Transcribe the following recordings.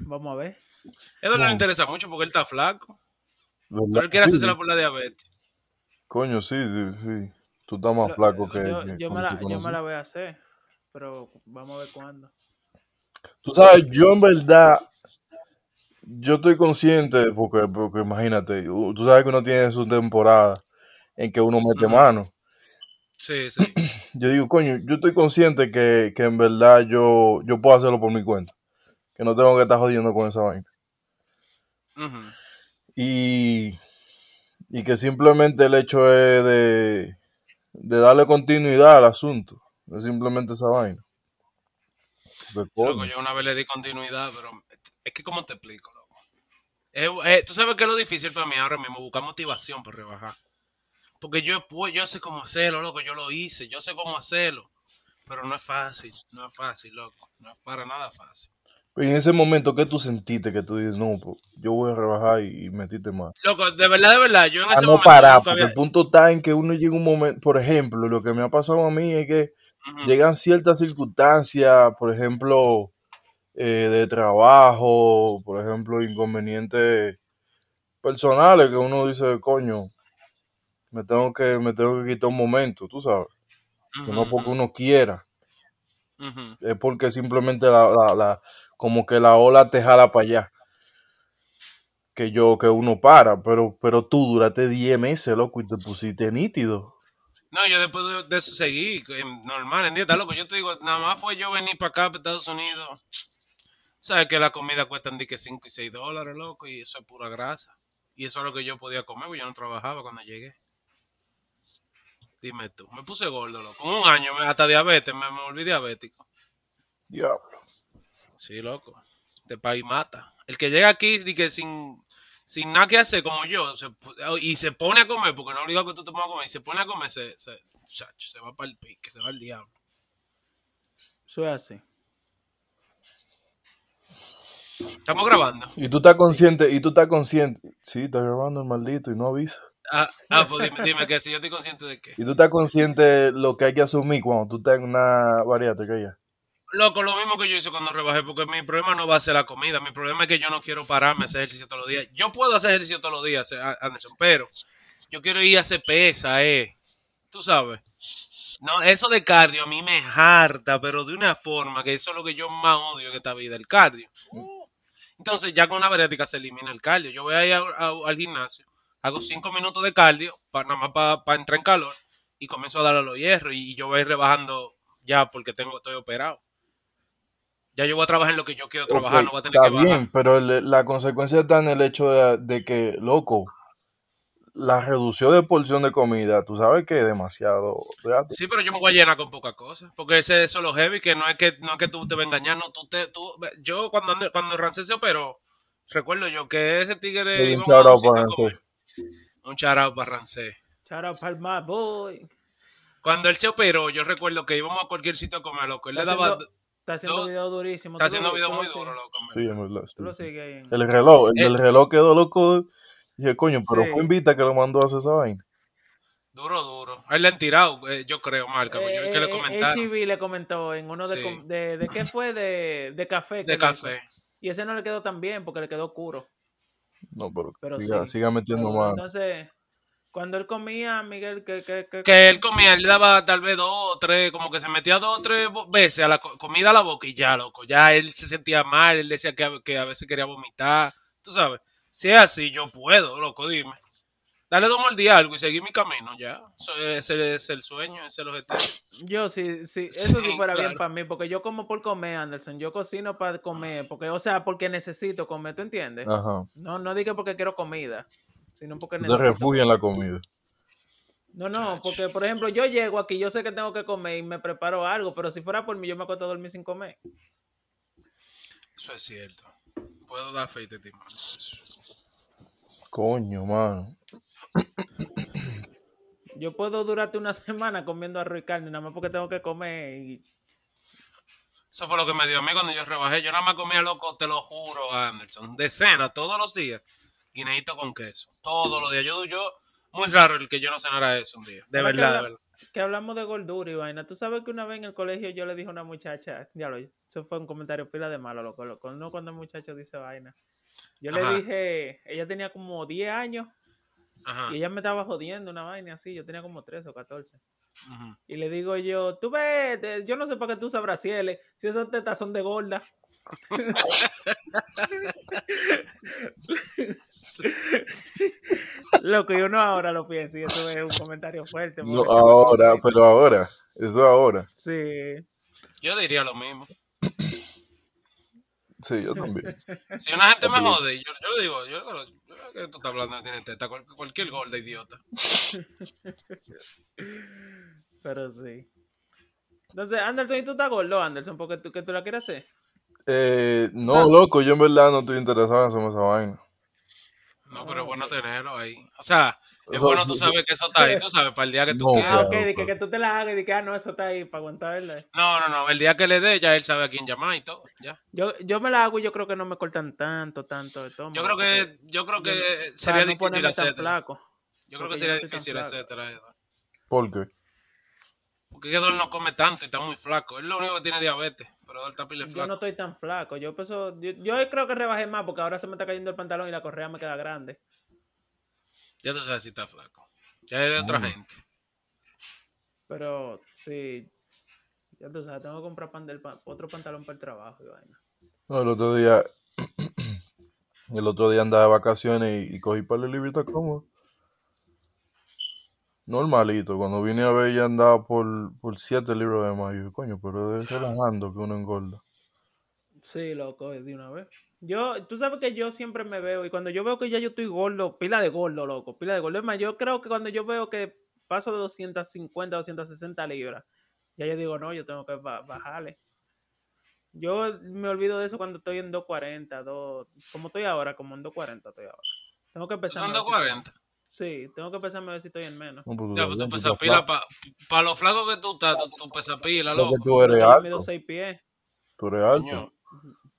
Vamos a ver. Eso no le interesa mucho porque él está flaco. Pero él quiere Sí, hacérsela por la diabetes. Coño, sí, sí, sí. Tú estás más Lo- flaco que. yo, que yo me cuando la, te yo me conocí. la voy a hacer, pero vamos a ver cuándo. Tú sabes, yo en verdad, yo estoy consciente, porque, porque imagínate, u- tú sabes que uno tiene su temporada en que uno mete Ujú. mano. Sí, sí. Yo digo, coño, yo estoy consciente que, que en verdad yo, yo puedo hacerlo por mi cuenta, que no tengo que estar jodiendo con esa vaina. Ujú. Y, y que simplemente el hecho es de, de darle continuidad al asunto, es simplemente esa vaina. Porque, Loco, coño, yo una vez le di continuidad, pero es que, ¿cómo te explico, loco? Es- eh, Tú sabes que es lo difícil para mí ahora mismo, buscar motivación para rebajar. Porque yo, pu- yo sé cómo hacerlo, loco, yo lo hice, yo sé cómo hacerlo. Pero no es fácil, no es fáel, loco. No es para nada fácil. En ese momento, ¿qué tú sentiste? Que tú dices, no, po, yo voy a rebajar y, y metiste más. Loco, de verdad, de verdad, yo en A Ah, ese Ah, no momento parar, nunca porque había... el punto está en que uno llega un momento, por ejemplo, lo que me ha pasado a mí es que Ujú. llegan ciertas circunstancias, por ejemplo, eh, de trabajo, por ejemplo, inconvenientes personales que uno dice, coño, me tengo que, me tengo que quitar un momento, tú sabes, que no Ujú, porque uno quiera, ujú. es porque simplemente la, la- la- como que la ola te jala para allá. que yo, que uno para, pero, pero tú duraste 10 meses, loco, y te pusiste nítido. No, yo después de, de eso seguí, en- normal, en dieta, loco. Yo te digo, nada más fue yo venir para acá, para Estados Unidos. Sabes que la comida cuesta que 5 y 6 dólares, loco, y eso es pura grasa. Y eso es lo que yo podía comer, porque yo no trabajaba cuando llegué. Dime tú, me puse gordo, loco. En Un año, me- hasta diabetes, me, me volví diabético. Diablo. Sí, loco. Este país mata. El que llega aquí di que sin, sin nada que hacer, como yo, se pu- y se pone a comer, porque no es obligado que tú te pongas a comer, y se pone a comer, se, se, chacho, se va para el pique, se va al diablo. Eso es así. Estamos grabando. Y tú estás consciente, y tú estás consciente. Sí, estás grabando el maldito y no avisa. Ah, ah, pues dime, dime que si yo estoy consciente de qué. Y tú estás consciente lo que hay que asumir cuando tú estás en una variante que haya. Loco, lo mismo que yo hice cuando rebajé, porque mi problema no va a ser la comida, mi problema es que yo no quiero pararme a hacer ejercicio todos los días. Yo puedo hacer ejercicio todos los días, eh, Anderson, pero yo quiero ir a hacer pesa, eh. Tú sabes. No, eso de cardio a mí me harta, pero de una forma que eso es lo que yo más odio en esta vida, el cardio. Entonces ya con la bariátrica se elimina el cardio. Yo voy ahí a- a- al gimnasio, hago cinco minutos de cardio, para, nada más para entrar en calor, y comienzo a darle a los hierros, y, y yo voy a ir rebajando ya porque tengo, estoy operado. Ya yo voy a trabajar en lo que yo quiero trabajar, Ok, no voy a tener está que bajar. bien, pero el- la consecuencia está en el hecho de, de que, loco, la reducción de porción de comida, tú sabes que es demasiado. ¿verdad? Sí, pero yo me voy a llenar con pocas cosas. Porque ese es solo heavy, que no es que no es que tú te vas a engañar, no, tú te, tú, yo cuando Ander- cuando Rancés se operó, recuerdo yo que ese Le tigre di un íbamos a shout un out sitio para a Rancés. comer. Un charao para Rancés. Shout out Palma, boy. Cuando él se operó, yo recuerdo que íbamos a cualquier sitio a comer, loco. Él Está le daba, haciendo, do- está haciendo dos- videos durísimos. está Tú lo haciendo vi- videos tú muy lo duros, sigues. loco, en Sí, verdad. en verdad, Tú sí, lo sí. sigues ahí en- El reloj, el Eh, del reloj quedó loco. Dije, coño, pero fue Sí. Invita que lo mandó a hacer esa vaina. Duro, duro. A él le han tirado, eh, yo creo, marca, porque yo vi que le Eh, eh, eh, comentaron HB le comentó en uno de, Sí. com- de, de qué fue de, de café que le de hizo. café. Y ese no le quedó tan bien porque le quedó oscuro. No, pero que Pero siga, sí, siga está metiendo duro. mano. Entonces, cuando él comía, Miguel, que, que, que, Que él comía, él le daba tal vez dos o tres, como que se metía dos o tres bo- veces a la co- comida a la boca y ya, loco. Ya él se sentía mal, él decía que a, que a veces quería vomitar. Tú sabes, si es así, yo puedo, loco, dime. Dale dos mordidas a algo y seguir mi camino, ya. Eso es- ese es el sueño, ese es el objetivo. yo sí, sí, eso sí Sí, fuera bien claro. para mí, porque yo como por comer, Anderson, yo cocino para comer, porque, o sea, porque necesito comer, ¿tú entiendes? Ajá. No, no digo porque quiero comida, sino porque Tú te necesito refugias en comer. la comida. No, no, Chacho. porque por ejemplo yo llego aquí, yo sé que tengo que comer y me preparo algo, pero si fuera por mí yo me acuesto a dormir sin comer. Eso es cierto. Puedo dar fe de ti, mano, por eso. Coño, mano. Yo puedo durarte una semana comiendo arroz y carne, nada más porque tengo que comer y Eso fue lo que me dio a mí cuando yo rebajé. Yo nada más comía loco, te lo juro, Anderson. De cena, todos los días. Guineíto con queso. Todos los días. Yo, yo, muy raro el que yo no cenara eso un día. De Ahora que verdad, de habla- verdad. que hablamos de gordura y vaina. Tú sabes que una vez en el colegio yo le dije a una muchacha, ya lo, eso fue un comentario pila de malo, loco, loco, no cuando el muchacho dice vaina. Yo Ajá. le dije, ella tenía como 10 años Ajá. y ella me estaba jodiendo una vaina así, yo tenía como 13 o 14. Ujú. Y le digo yo, tú ves, te- yo no sé para qué tú usas brasieles, si esas tetas son de gorda. Loco, yo no ahora lo pienso y eso es un comentario fuerte. No, porque- ahora, pues. pero ahora. Eso ahora. Sí, Yo diría lo mismo. Sí, yo también. Si una gente me Ok. jode, yo, yo le digo, yo, yo, yo- que tú estás hablando de tiene teta, cual- cualquier gorda idiota. pero sí. Entonces, Anderson, ¿y tú estás gordo, Anderson? Porque tú, que tú la quieres hacer. Eh, Ah. no, loco, yo en verdad no estoy interesado en hacerme esa vaina. No, Ah, pero es bueno ok. tenerlo ahí. O sea, es Eso- bueno tú sabes que eso está ahí, tú sabes, para el día que tú No, quieras. Ah, Claro, ok, de que, claro. que tú te la hagas y de que, ah, no, eso está ahí para aguantar, ¿verdad? No, no, no, el día que le dé, ya él sabe a quién llamar y todo, ya. Yo, yo me la hago y yo creo que no me cortan tanto, tanto de estómago. Yo creo porque- que, yo creo que Yo- sería para no difícil ponerme tan etcétera. flaco. Yo creo que porque yo sería no estoy tan difícil flaco. etcétera. Eduardo. ¿Por qué? Porque es que Edward no come tanto y está muy flaco. Él lo único que tiene diabetes, pero Edward está pile Yo no flaco. estoy tan flaco. Yo peso, yo, yo creo que rebajé más porque ahora se me está cayendo el pantalón y la correa me queda grande. Ya tú sabes si está flaco. Ya es de otra Mm. gente. Pero sí, ya tú sabes, tengo que comprar pan del pa- otro pantalón para el trabajo y vaina. No, el otro día, el otro día andaba de vacaciones y, y cogí para la librita cómoda. Normalito, cuando vine a ver ya andaba por, por siete libros de mayo. Yo, Coño, pero es relajando que uno engorda. Sí, loco, de una vez. Yo, tú sabes que yo siempre me veo y cuando yo veo que ya yo estoy gordo, pila de gordo, loco, pila de gordo. Es más, yo creo que cuando yo veo que paso de 250, 260 libras, ya yo digo, no, yo tengo que ba- bajarle. Yo me olvido de eso cuando estoy en 240, dos- como estoy ahora, como en 240 estoy ahora. Tengo que Tú estás empezar. en 240. Sí, tengo que pesarme a ver si estoy en menos. No, pues, Ya, pues estás tú bien, pesas estás pila. flaco. Para lo flaco que tú estás, tú, tú pesas pila, Lo que loco. tú eres Yo mido alto, 6 pies. tú eres Coño. alto.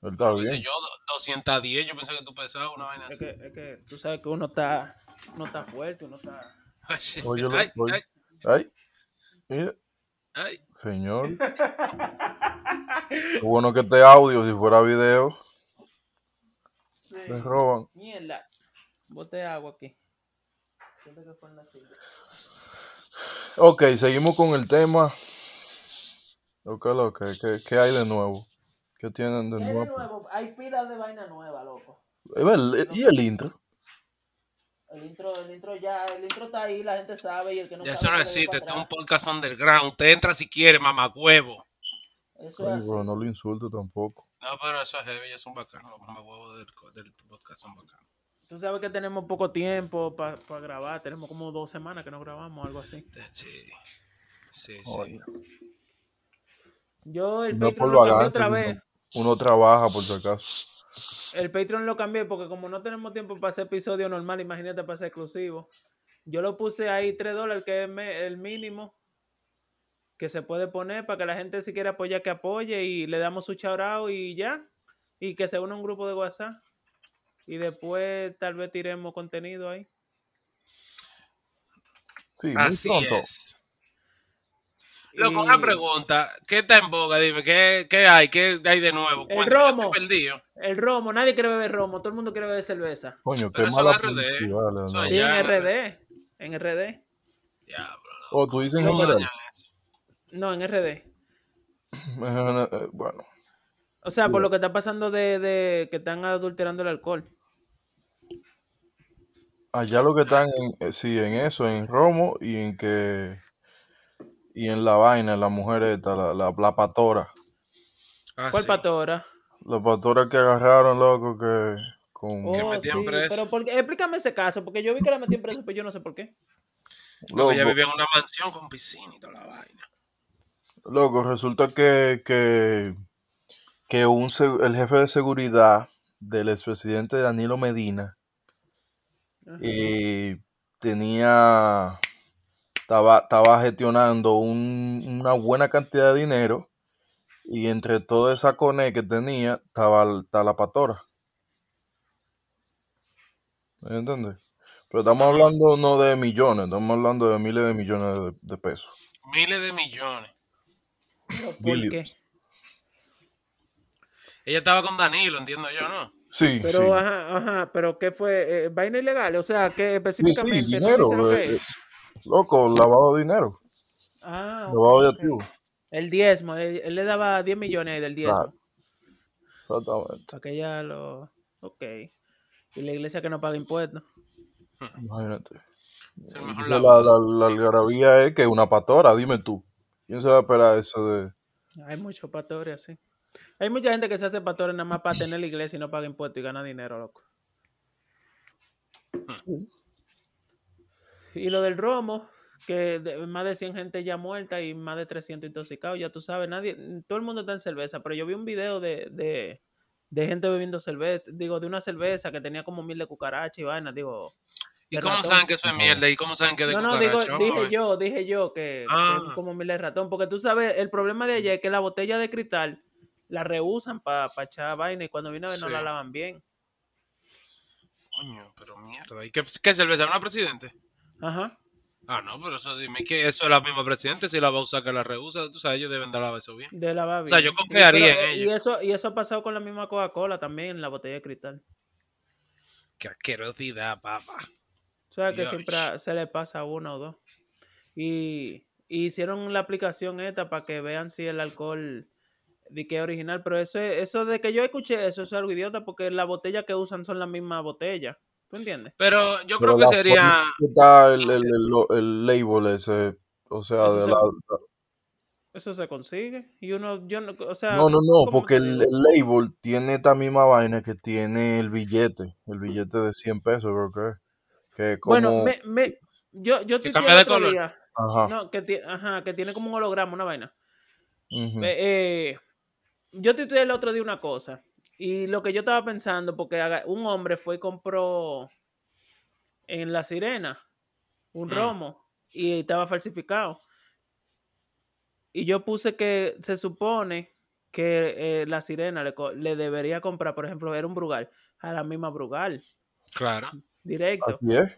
Él está Qué sé bien. yo, do- 210, yo pensé que tú pesabas una vaina Es así. que, es que tú sabes que uno está, uno está fuerte, uno está. Oye, lo- ay, oye. ay, Ay, mira, ay. señor. Qué bueno que este audio, si fuera video, les roban. Mierda. Bote agua aquí. Siento que fue en la silla. Ok, seguimos con el tema. Ok, lo que, ¿qué, qué hay de nuevo? ¿Qué tienen de ¿Qué hay nuevo? de nuevo? Hay pilas de vaina nueva, loco. Eh, ve, ¿Y el intro? El intro, el intro ya, el intro está ahí, la gente sabe y el que no Ya eso sabe. no que le dé existe, para esto es un atrás. podcast underground. Usted entra si quiere, mamá huevo. Eso Coño, es pero así. no lo insulto tampoco. No, pero eso es heavy, ellos son bacanos. Los mamá huevos del, co- del podcast son bacanos. Tú sabes que tenemos poco tiempo para grabar. Tenemos como dos semanas que no grabamos, algo así. Te- Sí, sí, sí. Oye, Yo el no es Patreon por lo cambié vagancia, otra sino vez. uno trabaja por si acaso. El Patreon lo cambié porque como no tenemos tiempo para hacer episodio normal, imagínate para hacer exclusivo. Yo lo puse ahí 3 dólares, que es me- el mínimo que se puede poner para que la gente si quiere apoyar, que apoye y le damos su charao y ya. Y que se una a un grupo de WhatsApp. Y después tal vez tiremos contenido ahí. Sí, muy Así pronto. es. Loco, Y una pregunta. ¿Qué está en boga? Dime, ¿qué, qué hay? ¿Qué hay de nuevo? El Cuéntame, yo estoy romo. perdido. El romo, nadie quiere beber romo, todo el mundo quiere beber cerveza. Coño, qué Pero eso mala es RD. publicidad, le Eso dan. es- Sí, en Ah, ya, RD. En RD. Diablo, loco. O Oh, tú dices en ¿Cómo general. dañan eso? No, en RD. Eh, Bueno, O sea, por lo que está pasando de, de que están adulterando el alcohol. allá lo que están, en, eh, sí, en eso, en Romo y en que. Y en la vaina, la mujer esta, la, la, la patora. Ah, ¿Cuál sí. patora? La patora que agarraron, loco, que. Con, Que Oh, metían sí, preso. pero por qué- explícame ese caso, porque yo vi que la metí en preso, pero yo no sé por qué. Loco, ella loco. vivía en una mansión con piscina y toda la vaina. Loco, resulta que, que, que un, seg- el jefe de seguridad del expresidente Danilo Medina Ajá. eh, tenía, estaba, estaba gestionando un- una buena cantidad de dinero y entre toda esa cone que tenía estaba, el- estaba la patora. ¿Me entiendes? Pero estamos hablando no de millones, estamos hablando de miles de millones de, de pesos. Miles de millones. Pero, ¿Por Billions. qué? Ella estaba con Danilo, entiendo yo, ¿no? Sí, Pero, sí. ajá, ajá, pero ¿qué fue? Eh, ¿Vaina ilegal? O sea, ¿qué Sí, específicamente? sí, ¿No dinero. dice lo que eh, es? eh, loco, lavado de dinero. Ah, ok, Lavado de ok. activos. El diezmo, él, él le daba 10 millones del diezmo. Claro. Exactamente. Para que ella lo... Ok. Y la iglesia que no paga impuestos. Imagínate. Es el mejor Entonces, la, laburo. la, la algarabía es que una patora, dime tú. ¿Quién se va a esperar eso de.? Hay muchos pastores así. Hay mucha gente que se hace pastores nada más para tener la iglesia y no paga impuestos y gana dinero, loco. Y lo del romo, que de- más de 100 gente ya muerta y más de 300 intoxicados, ya tú sabes, nadie, todo el mundo está en cerveza, pero yo vi un video de, de, de gente bebiendo cerveza, digo, de una cerveza que tenía como mil de cucarachas y vainas, digo. ¿Y de cómo ratón. saben que eso es mierda? ¿Y cómo saben que es de No, no, digo, cucaracha? Vamos a dije ver. yo, dije yo que, que Ah. es como mil de ratón, porque tú sabes, el problema de allá es que la botella de cristal la rehusan para echar vaina y cuando viene a ver no Sí. la lavan bien. Coño, pero mierda. ¿Y qué, qué cerveza? ¿Una presidente? Ajá. Ah, no, pero eso dime que eso es la misma presidente. Si la va a usar que la rehúsa, tú sabes, ellos deben dar la beso bien. De la O sea, yo confiaría en y, ellos. eso, y eso ha pasado con la misma Coca-Cola también, la botella de cristal. Qué asquerosidad, papá. O sea, que Dios. siempre a- se le pasa a uno o dos. Y, y hicieron la aplicación esta para que vean si el alcohol de que es original. Pero eso, es- eso de que yo escuché eso es algo idiota porque las botellas que usan son las mismas botellas. ¿Tú entiendes? Pero yo creo Pero que la sería. forma que está el, el, el, lo- el label ese. O sea, Eso de se- la. Eso se consigue. Y uno, yo no, o sea, No, no, no, ¿cómo porque te el, digo? el label tiene esta misma vaina que tiene el billete. El billete de 100 pesos, creo que. es, Que es como. Ah. Bueno, me, me, yo, yo tuiteé cambia el de otro color. día. Ajá. No, que, ti- ajá, que tiene como un holograma, una vaina. ujú. Eh, eh, yo te el otro día una cosa. Y lo que yo estaba pensando, porque haga- un hombre fue y compró en La Sirena un Mm. romo y estaba falsificado. Y yo puse que se supone que eh, La Sirena le, co- le debería comprar, por ejemplo, era un Brugal, a la misma Brugal, Claro. directo. Así es.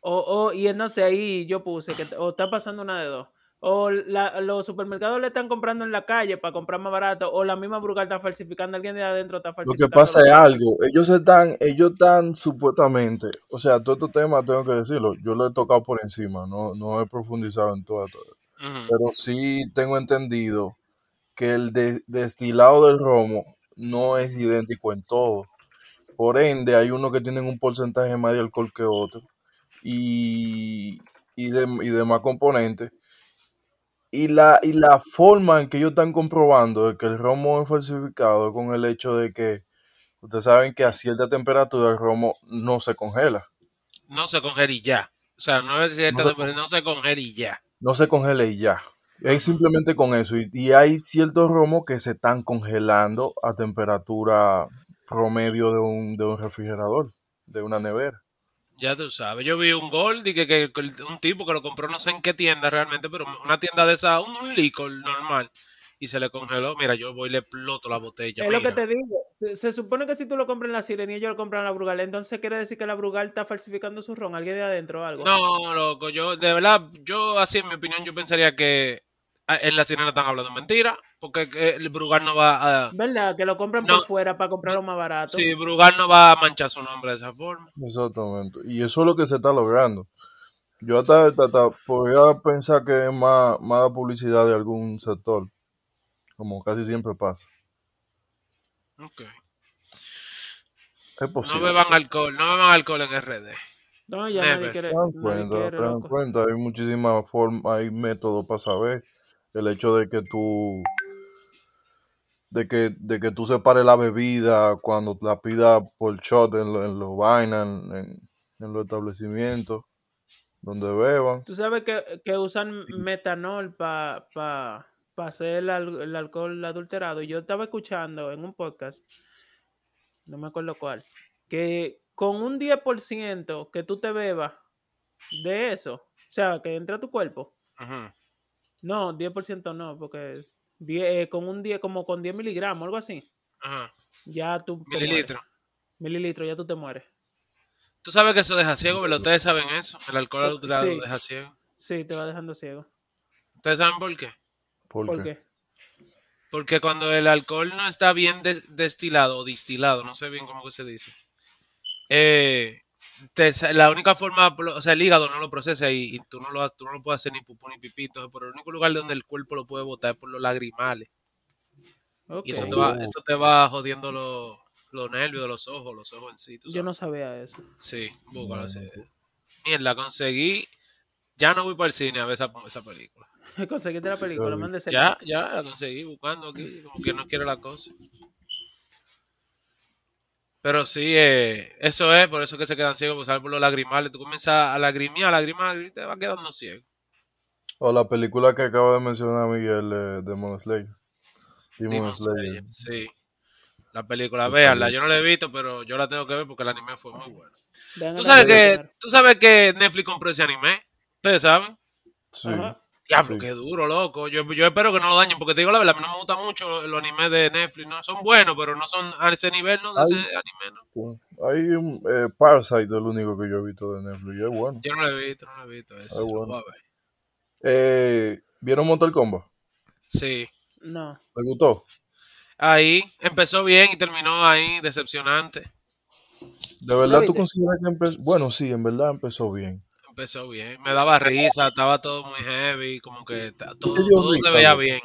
O, o- y entonces ahí yo puse que o está pasando una de dos. O la- los supermercados le están comprando en la calle para comprar más barato, o la misma Brugal está falsificando, alguien de adentro está Lo falsificando. que pasa es los- algo, ellos están, ellos están supuestamente, o sea, todo este tema tengo que decirlo, yo lo he tocado por encima, no, no he profundizado en todo, todo. Ujú. pero sí tengo entendido que el de- destilado del romo no es idéntico en todo. Por ende, hay unos que tienen un porcentaje más de alcohol que otro y, y, de- y demás componentes. Y la, y la forma en que ellos están comprobando de que el romo es falsificado con el hecho de que Ustedes saben que a cierta temperatura el romo no se congela. No se congela y ya. O sea, no es No cierta, se, pero no se congela y ya. no se congela y ya. Es simplemente con eso. Y, y hay ciertos romos que se están congelando a temperatura promedio de un, de un refrigerador, de una nevera. Ya tú sabes, yo vi un Gold y que, que- que el- un tipo que lo compró no sé en qué tienda realmente, pero una tienda de esa, un, un licor normal, y se le congeló. Mira, yo voy y le exploto la botella, Es lo que mira. te digo. Se, se supone que si tú lo compras en la sirena y ellos lo compran en la Brugal, entonces quiere decir que la Brugal está falsificando su ron, alguien de adentro o algo. No, loco, yo, de verdad, yo así en mi opinión, yo pensaría que ah, en la sirena están hablando mentira, porque que el Brugal no va a... ¿Verdad? Que lo compran No, por fuera para comprarlo más barato. sí, Brugal no va a manchar su nombre de esa forma. Exactamente. Y eso es lo que se está logrando. Yo hasta, hasta- hasta podría pensar que es más, más la publicidad de algún sector, como casi siempre pasa. Ok. Es No posible. beban alcohol, no beban alcohol en RD. No, ya nadie Never. quiere, dan nadie cuenta, quiere, te dan loco. cuenta, hay muchísimas formas, hay métodos para saber el hecho de que tú, de que, de que tú separes la bebida cuando la pidas por shot en, lo- en los vainas, en, en- en los establecimientos donde beban. Tú sabes que, que usan metanol para pa, pa hacer el, al- el alcohol adulterado. Y Yo estaba escuchando en un podcast, no me acuerdo cuál, que con un 10% que tú te bebas de eso, o sea, que entra a tu cuerpo. Ujú. No, 10% no, porque 10, eh, con un 10, como con 10 miligramos, algo así, Ajá. ya tú te mueres. Mililitro. Mililitros, ya tú te mueres. Tú sabes que eso deja ciego, ¿verdad? Ustedes saben eso. El alcohol Eh, adulterado Sí, deja ciego. sí, te va dejando ciego. ¿Ustedes saben por qué? ¿Por, ¿Por qué? qué? Porque cuando el alcohol no está bien des- destilado o distilado, no sé bien cómo que se dice, eh, te sa- la única forma, o sea, el hígado no lo procesa y, y tú, no lo, ha- tú no lo puedes hacer ni pupú ni pipí. Entonces, por el único lugar donde el cuerpo lo puede botar es por los lagrimales. Ok. Y eso te, va, Oh. eso te va jodiendo los, los nervios de los ojos, los ojos en sí. tú Yo sabes. no sabía eso. Sí, búscalo. sí. Mierda, conseguí. Ya no voy para el cine a ver esa, esa película. Conseguiste la película, vi. mándese. Ya, ya, la conseguí buscando aquí, como que no quiere la cosa. Pero sí, eh, eso es, por eso que se quedan ciegos, por salen por los lagrimales. Tú comienzas a lagrimear, a lagrimear, a lagrimear, te vas quedando ciego. O la película que acaba de mencionar Miguel eh, Demon Slayer. Demon, Demon Slayer. Slayer, Sí. La película, Sí, véanla. también. Yo no la he visto, pero yo la tengo que ver porque el anime fue muy bueno. Vean ¿Tú el sabes, anime que, primero. tú sabes que Netflix compró ese anime. Ustedes saben. Sí. Ajá. Diablo, Sí. qué duro, loco. Yo, yo espero que no lo dañen, porque te digo la verdad, a mí no me gustan mucho los animes de Netflix, ¿no? Son buenos, pero no son a ese nivel, ¿no? De Ay. ese anime, ¿no? Hay un eh, Parasite, el único que yo he visto de Netflix. y Es bueno. Yo no lo he visto, no lo he visto. Eso, Ah, lo bueno. voy a ver. Eh, ¿Vieron Mortal Kombat? Sí. No. ¿Les gustó? Ahí empezó bien y terminó ahí, decepcionante. ¿De verdad tú viste? consideras que empezó? Bueno, sí, en verdad empezó bien. Empezó bien. Me daba risa, estaba todo muy heavy, como que ta- todo, Ellos todo se ricos, veía loco. bien.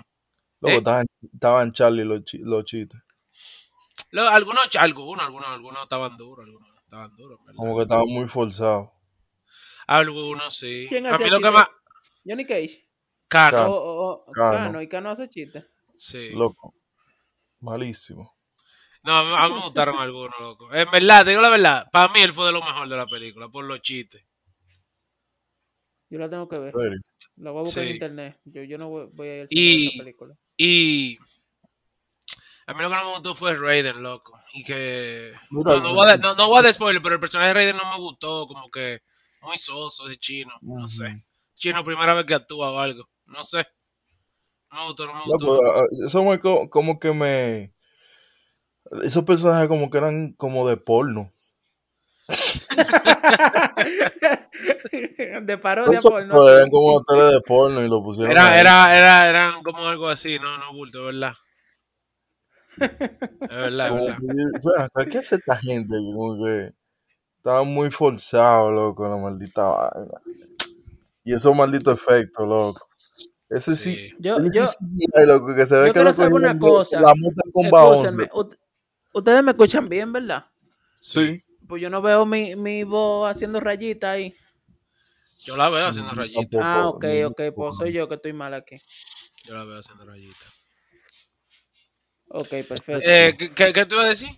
Luego ¿Eh? estaban, estaban Charlie los, chi- los chistes. Lo- algunos, ch- algunos, algunos, algunos estaban duros, algunos estaban duros, en ¿verdad? Como que estaban muy forzados. Algunos sí. ¿Quién A hacía mí lo que chistes? más. Johnny Cage. Oh, Cano, O, Cano. o, o- Cano. Cano, y Cano hace chistes. sí. Loco. Malísimo. No, a mí, a mí me gustaron algunos, loco. En verdad, te digo la verdad, para mí él fue de lo mejor de la película, por los chistes. Yo la tengo que ver. En serio. La voy a buscar Sí. en internet. Yo, yo no voy, voy a ir al Y- cine a ver esa película. Y a mí lo que no me gustó fue Raiden, loco. Y que... Mira, eh, no, no voy a, no, no voy a dar spoiler, pero el personaje de Raiden no me gustó, como que muy soso, ese chino, no sé. Chino, primera vez que actúa o algo, no sé. No me gustó, no me No, gustó. pues, ah, eso me co- como que me. Esos personajes como que eran como de porno. de parodia Eso, por no. pues, eran como actores de porno y lo pusieron. Era, ahí. era, era, eran como algo así, no, no bulto, es verdad. Es verdad, es Como verdad. pues, que yo- "Ven acá, ¿Qué hace esta gente? Como que estaba muy forzado, loco, la maldita vaina. Y esos malditos efectos, loco. Ese sí, Sí. Yo, ese sí yo, CGI, loco, que se ve yo que lo quiero saber una cogieron de- cosa. la Mortal Kombat 11. escúchenme, ut- ustedes me escuchan bien, ¿verdad? Sí, Pues yo no veo mi, mi voz haciendo rayita ahí. Yo la veo haciendo rayitas, Poco, Ah, ok, no, ok, pues soy yo que estoy mal aquí. yo la veo haciendo rayitas. Ok, perfecto. Eh, ¿qué- qué, ¿Qué te iba a decir?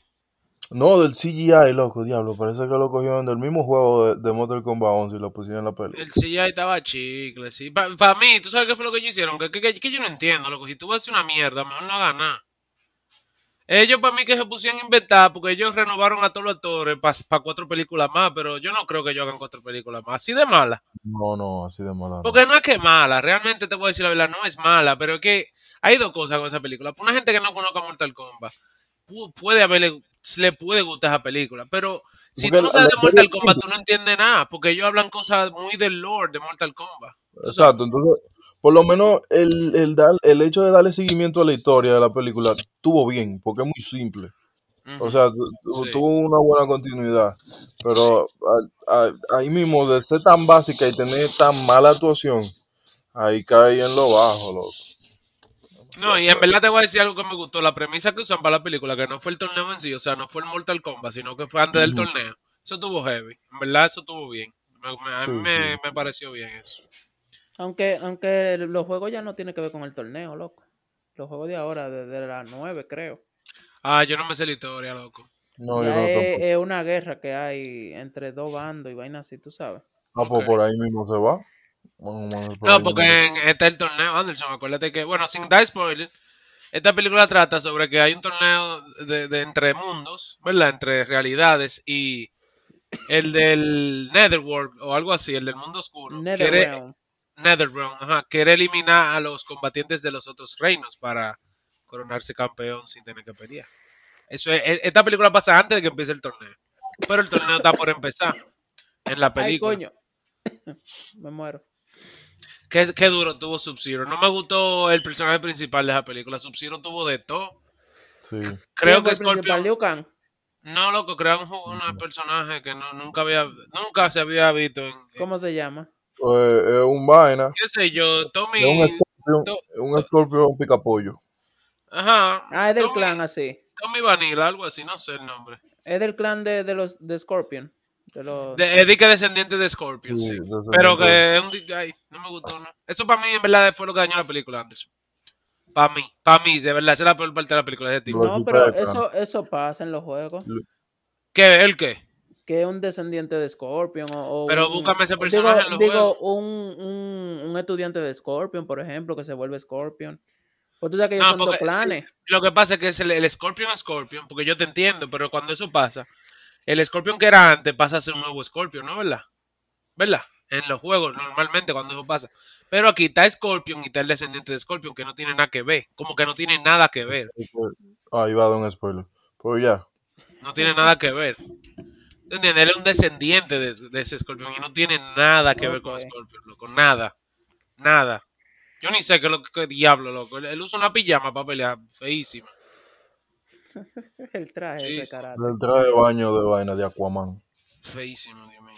No, del CGI, loco, diablo. Parece que lo cogieron del mismo juego de, de Mortal Kombat 11 y lo pusieron en la película. El CGI estaba chicle, sí. Para mí, ¿tú sabes qué fue lo que ellos hicieron? Que, que- que- que yo no entiendo, loco. Si tú vas a hacer una mierda, mejor no hagas nada. Ellos para mí que se pusieron a inventar porque ellos renovaron a todos los actores para cuatro películas más, pero yo no creo que ellos hagan cuatro películas más. Así de mala. No, no, así de mala. no. Porque no es que es mala, realmente te voy a decir la verdad, no es mala, pero es que hay dos cosas con esa película. Para una gente que no conozca Mortal Kombat, pu- puede haberle, le puede gustar esa película, pero si Porque tú no la- sabes la de Mortal historia- Kombat, tú no entiendes nada, porque ellos hablan cosas muy del lore de Mortal Kombat. tú sabes. Exacto, entonces, por lo menos el, el, dar- el hecho de darle seguimiento a la historia de la película estuvo bien, porque es muy simple. Ujú. O sea, tu- tu- Sí. tuvo una buena continuidad. Pero a- a- ahí mismo, de ser tan básica y tener tan mala actuación, ahí cae en lo bajo, loco. No, y en verdad te voy a decir algo que me gustó. La premisa que usan para la película, que no fue el torneo en sí, o sea, no fue el Mortal Kombat, sino que fue antes del Ujú. torneo. Eso estuvo heavy. En verdad, eso estuvo bien. Me- me- a Sí, mí me, sí. me pareció bien eso. Aunque, aunque los juegos ya no tienen que ver con el torneo, loco. Los juegos de ahora, desde las 9, creo. Ah, yo no me sé la historia, loco. No, yo ya no es, tampoco. es una guerra que hay entre dos bandos y vainas así, tú sabes. Ah, pues Ok. por ahí mismo se va. Bueno, bueno, No, por ahí mismo se- porque en, está el torneo, Anderson. Acuérdate que, bueno, sin dar spoiler, esta película trata sobre que hay un torneo de, de entre mundos, ¿verdad? Entre realidades y el del Netherworld o algo así, el del mundo oscuro. Quiere, NetherRealm. Netherrealm, ajá, quiere eliminar a los combatientes de los otros reinos para coronarse campeón sin tener que pelear. Eso es, e- esta película pasa antes de que empiece el torneo. Pero el torneo está por empezar en la Ay, película. coño. Me muero. ¿Qué, qué duro tuvo Sub-Zero. No me gustó el personaje principal de esa película. Sub-Zero tuvo de todo. Sí. Creo que es Scorpion. Liu Kang. No, loco, crearon un, un personaje que no, nunca había, nunca se había visto en, en- ¿Cómo se llama? Eh, es un vaina. qué sé yo, Tommy. Es un escorpión, to- es un escorpión picapollo. ajá. Ah, es del Tommy- clan así. Tommy Vanilla, algo así, no sé el nombre. Es del clan de, de los de Scorpion. De los... De, es de que descendiente de Scorpion, Sí, sí. descendiente. Pero que es un di- ay, no me gustó, no. Eso para mí, en verdad, fue lo que dañó la película, Anderson. Para mí, para mí, de verdad, esa es la peor parte de la película de ese tipo. Lo- No, Los pero Yucatán. eso, eso pasa en los juegos. ¿Qué? ¿El qué? Que un descendiente de Scorpion o, o Pero un- búscame ese digo- personaje en los Digo, juegos. un, un, un estudiante de Scorpion, por ejemplo, que se vuelve Scorpion. Pues tú sabes que ellos son No, dos Ah, porque- clanes. sí, lo que pasa es que es el, el Scorpion Scorpion, porque yo te entiendo, pero cuando eso pasa, el Scorpion que era antes pasa a ser un nuevo Scorpion, ¿no? ¿Verdad? ¿Verdad? En los juegos, normalmente cuando eso pasa. Pero aquí está Scorpion y está el descendiente de Scorpion, que no tiene nada que ver. Como que no tiene nada que ver. Ahí va a dar un spoiler. Pero ya. No tiene nada que ver. ¿Entiendes? Él es un descendiente de, de ese Scorpion y no tiene nada que ver con Ok. Scorpion, loco. Nada. Nada. Yo ni sé qué, lo, qué diablo, loco. Él, él usa una pijama para pelear feísima. El traje Sí, de sí. karate. El traje de baño de vaina de Aquaman. Feísimo, Dios mío.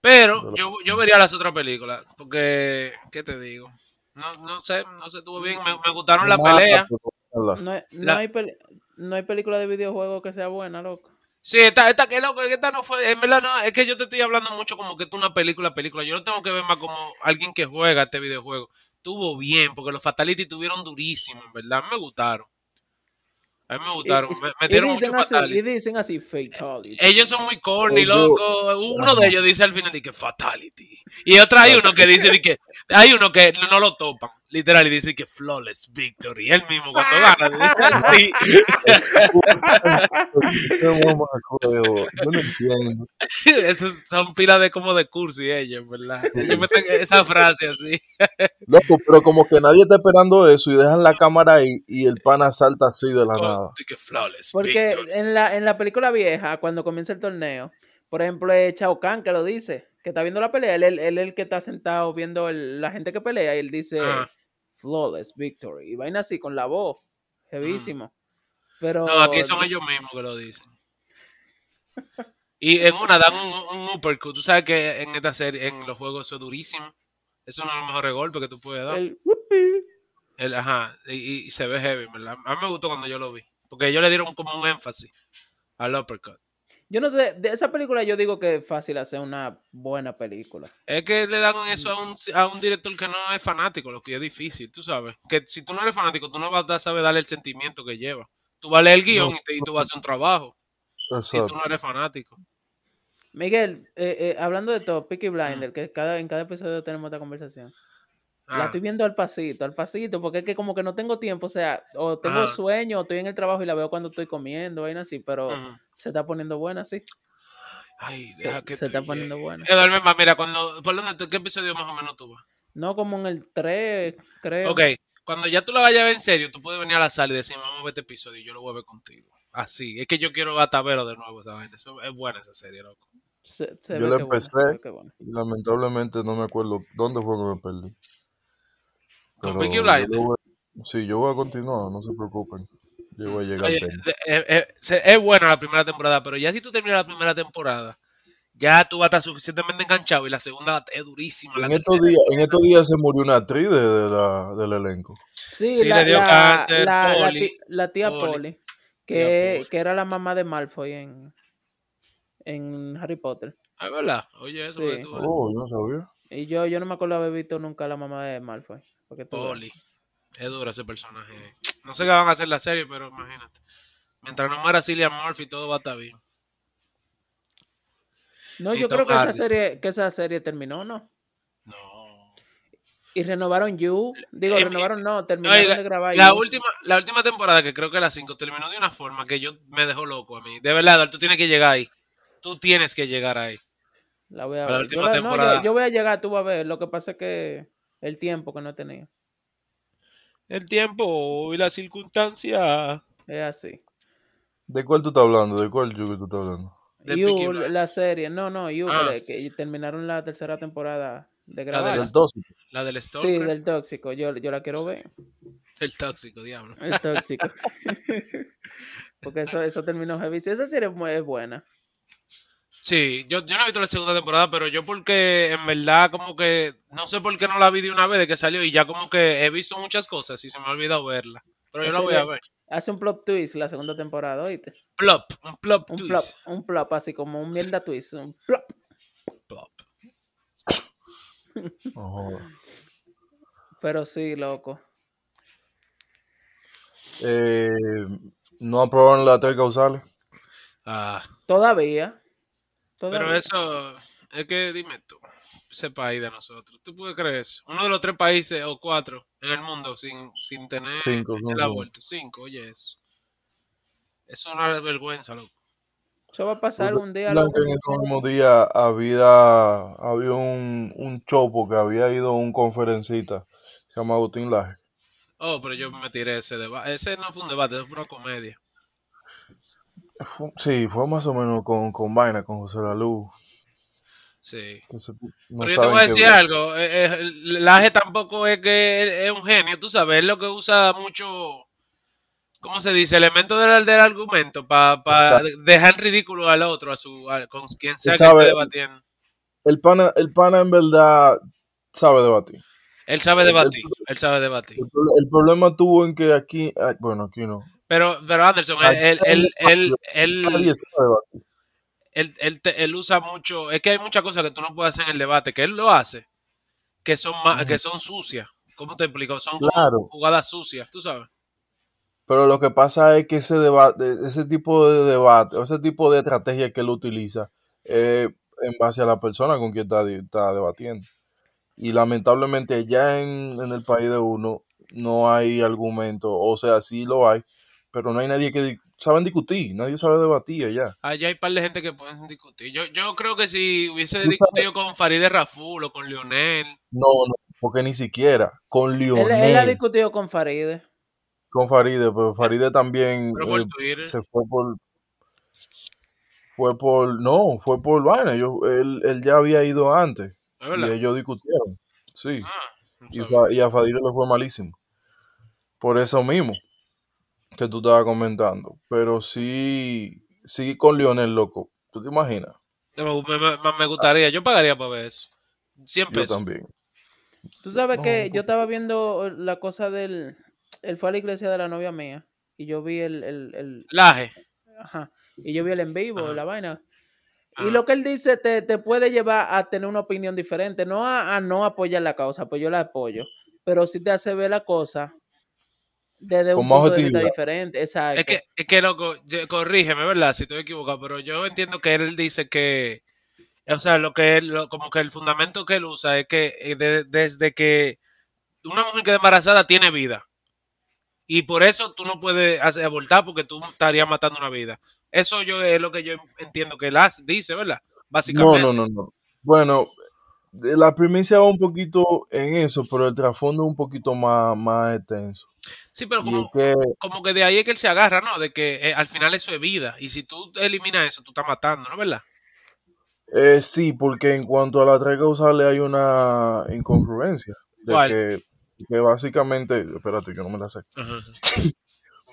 Pero yo, yo vería las otras películas. Porque, ¿qué te digo? No, no sé, no se estuvo bien. Me, me gustaron las Mata, peleas. pues. pero mátala. No, hay- no La- hay peli- no hay película de videojuegos que sea buena, loco. Sí, esta, esta, que loco, esta no fue, en verdad no, es que yo te estoy hablando mucho como que es una película, película. Yo lo tengo que ver más como alguien que juega este videojuego. Estuvo bien, porque los Fatality tuvieron durísimo, en verdad. A mí me gustaron. A mí me gustaron. Me, me Y dieron dicen mucho así, Fatality. y dicen así, fatality. Ellos son muy corny, Oye. loco. Uno de ellos dice al final y que fatality. Y otro hay uno que dice de que hay uno que no, no lo topan, literal, y dice que flawless victory. Él mismo cuando gana. dice Qué mamá, huevo. Yo no entiendo. así. Esos son pilas de como de cursi ellos, ¿verdad? Ellos meten esa frase así. Loco, pero como que nadie está esperando eso y dejan la cámara ahí y el pana salta así de la nada. Con- de que flawless Porque victory. en la, en la película vieja, cuando comienza el torneo, por ejemplo, es Chao Kahn que lo dice, que está viendo la pelea, él es el que está sentado viendo el- la gente que pelea y él dice Ajá. flawless victory. Y vaina así con la voz, jevísimo. Pero No, aquí son ellos mismos que lo dicen. Y en una dan un, un uppercut. Tú sabes que en esta serie, en los juegos, eso es durísimo. Eso es uno de los mejores golpes que tú puedes dar. el whoopee. El- ajá, y, y se ve heavy, ¿verdad? A mí me gustó cuando yo lo vi. Porque ellos le dieron como un énfasis al uppercut. Yo no sé, de esa película yo digo que es fácil hacer una buena película. Es que le Mm. dan eso a un, a un director que no es fanático, lo que es difícil, tú sabes. Que si tú no eres fanático, tú no vas a saber darle el sentimiento que lleva. Tú vas a leer el guión y, te- y tú vas a hacer un trabajo. Si tú Exacto. no eres fanático. Miguel, eh, eh, hablando de todo, Peaky Blinder, que cada, en cada episodio tenemos esta conversación. La Ah, estoy viendo al pasito, al pasito, porque es que como que no tengo tiempo, o sea, o tengo Ajá. sueño, o estoy en el trabajo y la veo cuando estoy comiendo, vaina así, pero ujú. se está poniendo buena, sí. Ay, Se, deja que se está tú poniendo llegues. buena. Eduardo, más, mira, cuando, ¿por dónde tú- qué episodio más o menos tú vas? No como en el 3, creo. Ok, cuando ya tú la vayas a ver en serio, tú puedes venir a la sala y decir, vamos a ver este episodio y yo lo voy a ver contigo. Así, es que yo quiero hasta verlo de nuevo, ¿sabes? Eso, es buena esa serie, loco. Se, se Yo ve la que buena, se empecé. ve que buena. Y lamentablemente no me acuerdo dónde fue que me perdí. Con Pero Peaky yo Blinders. lo voy- sí, yo voy a continuar, no se preocupen. Yo voy a llegar Oye, temprano. de- eh, eh, se- es buena la primera temporada, pero ya si tú terminas la primera temporada, ya tú vas a estar suficientemente enganchado y la segunda es durísima. La En estos, tercera- días, en estos días se murió una actriz de- de la- del elenco. Sí, Sí, la, le dio la- cáncer, la- la Poli, ti- la tía Poli, Polly, tía que, Polly. que era la mamá de Malfoy en, en Harry Potter. Ah, ¿verdad? Oye, eso Sí. que tú- Oh, yo no sabía. Y yo, yo no me acuerdo haber visto nunca la mamá de Malfoy. porque tú veas. Poli. Es dura ese personaje. No sé qué van a hacer la serie, pero imagínate. Mientras no muera Cillian Murphy, todo va a estar bien. No, Y yo Tom creo que esa, Hardy. serie, que esa serie terminó, ¿no? No. Y renovaron You. Digo, Eh, mi- renovaron, no, terminaron Oiga, de grabar. la You. última, la última temporada, que creo que la 5, terminó de una forma que yo me dejó loco a mí. De verdad, Dal, tú tienes que llegar ahí. Tú tienes que llegar ahí. La voy a la ver. última yo, la- no, yo- temporada. yo voy a llegar, tú vas a ver. Lo que pasa es que el tiempo que no tenía. El tiempo y la circunstancia. Es así. ¿De cuál tú estás hablando? ¿De cuál Yuki tú estás hablando? De You, Peaky Blinders. la serie. No, no, You, que Ah. le- que, terminaron la tercera temporada de grabar. Del tóxico. La del sí, stalker, del tóxico. Yo, yo la quiero ver. el tóxico, diablo. El tóxico. Porque eso, eso terminó heavy. Sí, Esa serie es muy- es buena. Sí, yo, yo no he visto la segunda temporada, pero yo porque en verdad como que no sé por qué no la vi de una vez de que salió y ya como que he visto muchas cosas y se me ha olvidado verla. Pero yo Esa la voy ya- a ver. Hace un plot twist la segunda temporada, ¿oíste? Plop, un plop Un plop, twist. un plop, así como un mierda twist. Un plop. Plop. No joda. Pero sí, loco. Eh, no aprobaron la tres causales. Ah, Todavía. pero Todavía. eso, es que dime tú, ese país de nosotros, ¿tú puedes creer eso? Uno de los tres países o cuatro en el mundo sin, sin tener Cinco, son el cinco. aborto. Cinco, oye eso. Es una vergüenza, loco. Eso va a pasar un día. Blanca, loco. en ese mismo día había, había un, un chopo que había ido a un conferencita. Se llama Agustín Laje. Oh, pero yo me tiré ese debate. Ese no fue un debate, eso fue una comedia. Fu- Sí, fue más o menos con, con vaina, con José Lalu. Sí. que se- no Pero yo te saben voy a qué decir ver. algo. eh, eh, Laje tampoco es que él es un genio, tú sabes, él lo que usa mucho, ¿cómo se dice? Elementos del, del argumento para dejar en ridículo al otro, a su, a- con quien sea que esté sabes- debatiendo. El pana, el pana en verdad sabe debatir. Él sabe él- debatir, él sabe debatir. El, pro- el problema tuvo en que aquí, ah, bueno, aquí no. Pero, pero Anderson, él, él, él, él, él, Nadie sabe debatir. él, él te- él usa mucho, es que hay muchas cosas que tú no puedes hacer en el debate, que él lo hace, que son ma- Ujú. que son sucias. ¿Cómo te explico? Son como Claro. jugadas sucias, tú sabes. Pero lo que pasa es que ese debate, ese tipo de debate, o ese tipo de estrategia que él utiliza, eh, en base a la persona con quien está, di- está debatiendo. Y lamentablemente ya en, en el país de uno no hay argumento, o sea, sí lo hay, pero no hay nadie que di- saben discutir, nadie sabe debatir allá. Allá hay par de gente que pueden discutir. Yo, yo creo que si hubiese sabes- discutido con Farideh Raful o con Lionel, No, no, porque ni siquiera con Él, él ha Lionel, discutido con Faride. con Faride, pero Faride también pero por eh, Twitter, se fue por fue por no fue por vaina yo él, él ya había ido antes es y verdad. ellos discutieron sí Ah, no y, sabía. Fa- y a Fadillo le fue malísimo por eso mismo que tú estabas comentando pero sí sí con Lionel loco tú te imaginas me, me- me- me gustaría, yo pagaría para ver eso. 100 yo pesos. también Tú sabes No, que no. yo estaba viendo la cosa del. Él fue a la iglesia de la novia mía. Y yo vi el. el, el- Laje. ajá, y yo vi el en vivo, Ajá. la vaina. Ajá. Y lo que él dice te, te puede llevar a tener una opinión diferente. No a, a no apoyar la causa, pues yo la apoyo. Pero sí te hace ver la cosa desde Con un más punto de vista objetividad. diferente. Exacto. Es que, es que loco, yo- corrígeme, ¿verdad? Si estoy equivocado, pero yo entiendo que él dice que, o sea, lo que él, lo- como que el fundamento que él usa es que eh, de- desde que una mujer queda embarazada tiene vida. Y por eso tú no puedes hacer- abortar porque tú estarías matando una vida. Eso yo es lo que yo entiendo que él hace- dice, ¿verdad? no Básicamente. no no no bueno de- la primicia va un poquito en eso pero el trasfondo es un poquito más más extenso Sí, pero y es como, que como que de ahí es que él se agarra, ¿no? De que eh, al final eso es vida. Y si tú eliminas eso, tú estás matando, ¿no? ¿Verdad? Eh, sí, porque en cuanto a la tres causales hay una incongruencia. De ¿Cuál? que, que básicamente, espérate, que no me la sé.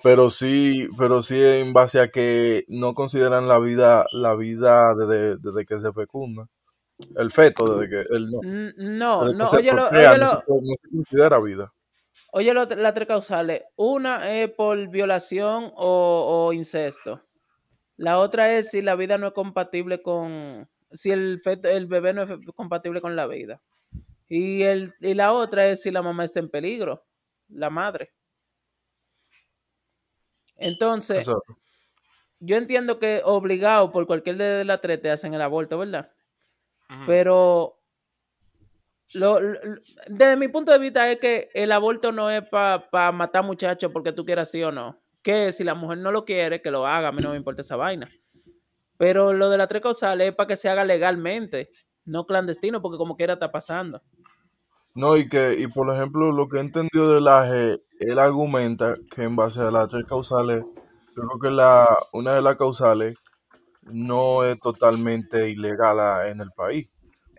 Pero sí, pero sí en base a que no consideran la vida, la vida desde, desde que se fecunda. El feto, desde que, el, no, N- No, desde que no, se óyelo, procrea, no se, óyelo, puede- no se considera vida. Oye, lo- las tres causales. Una es por violación o, o incesto. La otra es si la vida no es compatible con, si el, feto- el bebé no es compatible con la vida. Y, el, y la otra es si la mamá está en peligro, la madre. Entonces, Exacto. yo entiendo que obligado por cualquier de las tres te hacen el aborto, ¿verdad? Ujú. Pero lo- lo- lo- desde mi punto de vista es que el aborto no es para matar muchachos porque tú quieras sí o no. Que si la mujer no lo quiere, que lo haga, a mí no me importa esa vaina. Pero lo de la tres causales es para que se haga legalmente, no clandestino, porque como quiera está pasando. No, y que, y por ejemplo, lo que entendió de Laje, él argumenta que en base a las tres causales, yo creo que la, una de las causales no es totalmente ilegal a- en el país.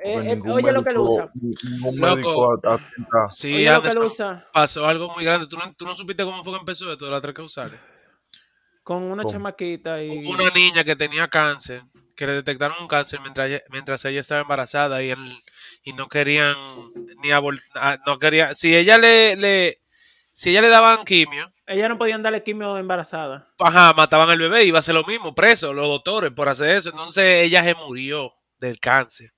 Eh, eh, porque Pues ningún oye lo que lo médico- usa. Ningún Loco. médico at- atienda. Sí, Oye lo que Anderson, lo usa pasó algo muy grande. ¿Tú no, tú no supiste cómo fue que empezó esto de las tres causales. con una Con- chamaquita y. Una niña que tenía cáncer, que le detectaron un cáncer mientras ella, mientras ella estaba embarazada y, el- y no querían ni abortar, no querían, si ella le, le- si ella le daban quimio, Ella no podían darle quimio embarazada. ajá, mataban al bebé, iba a ser lo mismo, preso, los doctores por hacer eso. Entonces ella se murió del cáncer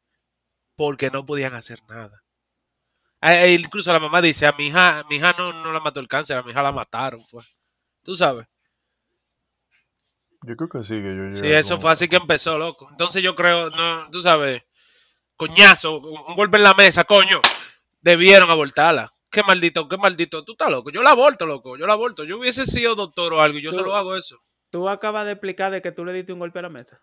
porque no podían hacer nada. Ah, e incluso la mamá dice, a mi hija, mi hija no, no la mató el cáncer, a mi hija la mataron, fue. Tú sabes. Yo creo que sí, que yo llegué Sí, eso como- fue así que empezó, loco. Entonces yo creo, no, tú sabes, coñazo, un un golpe en la mesa, coño. Debieron abortarla. Qué maldito, qué maldito. Tú estás loco. Yo la aborto, loco. Yo la aborto. Yo hubiese sido doctor o algo y yo Tú- solo hago eso. Tú acabas de explicar de que tú le diste un golpe a la mesa.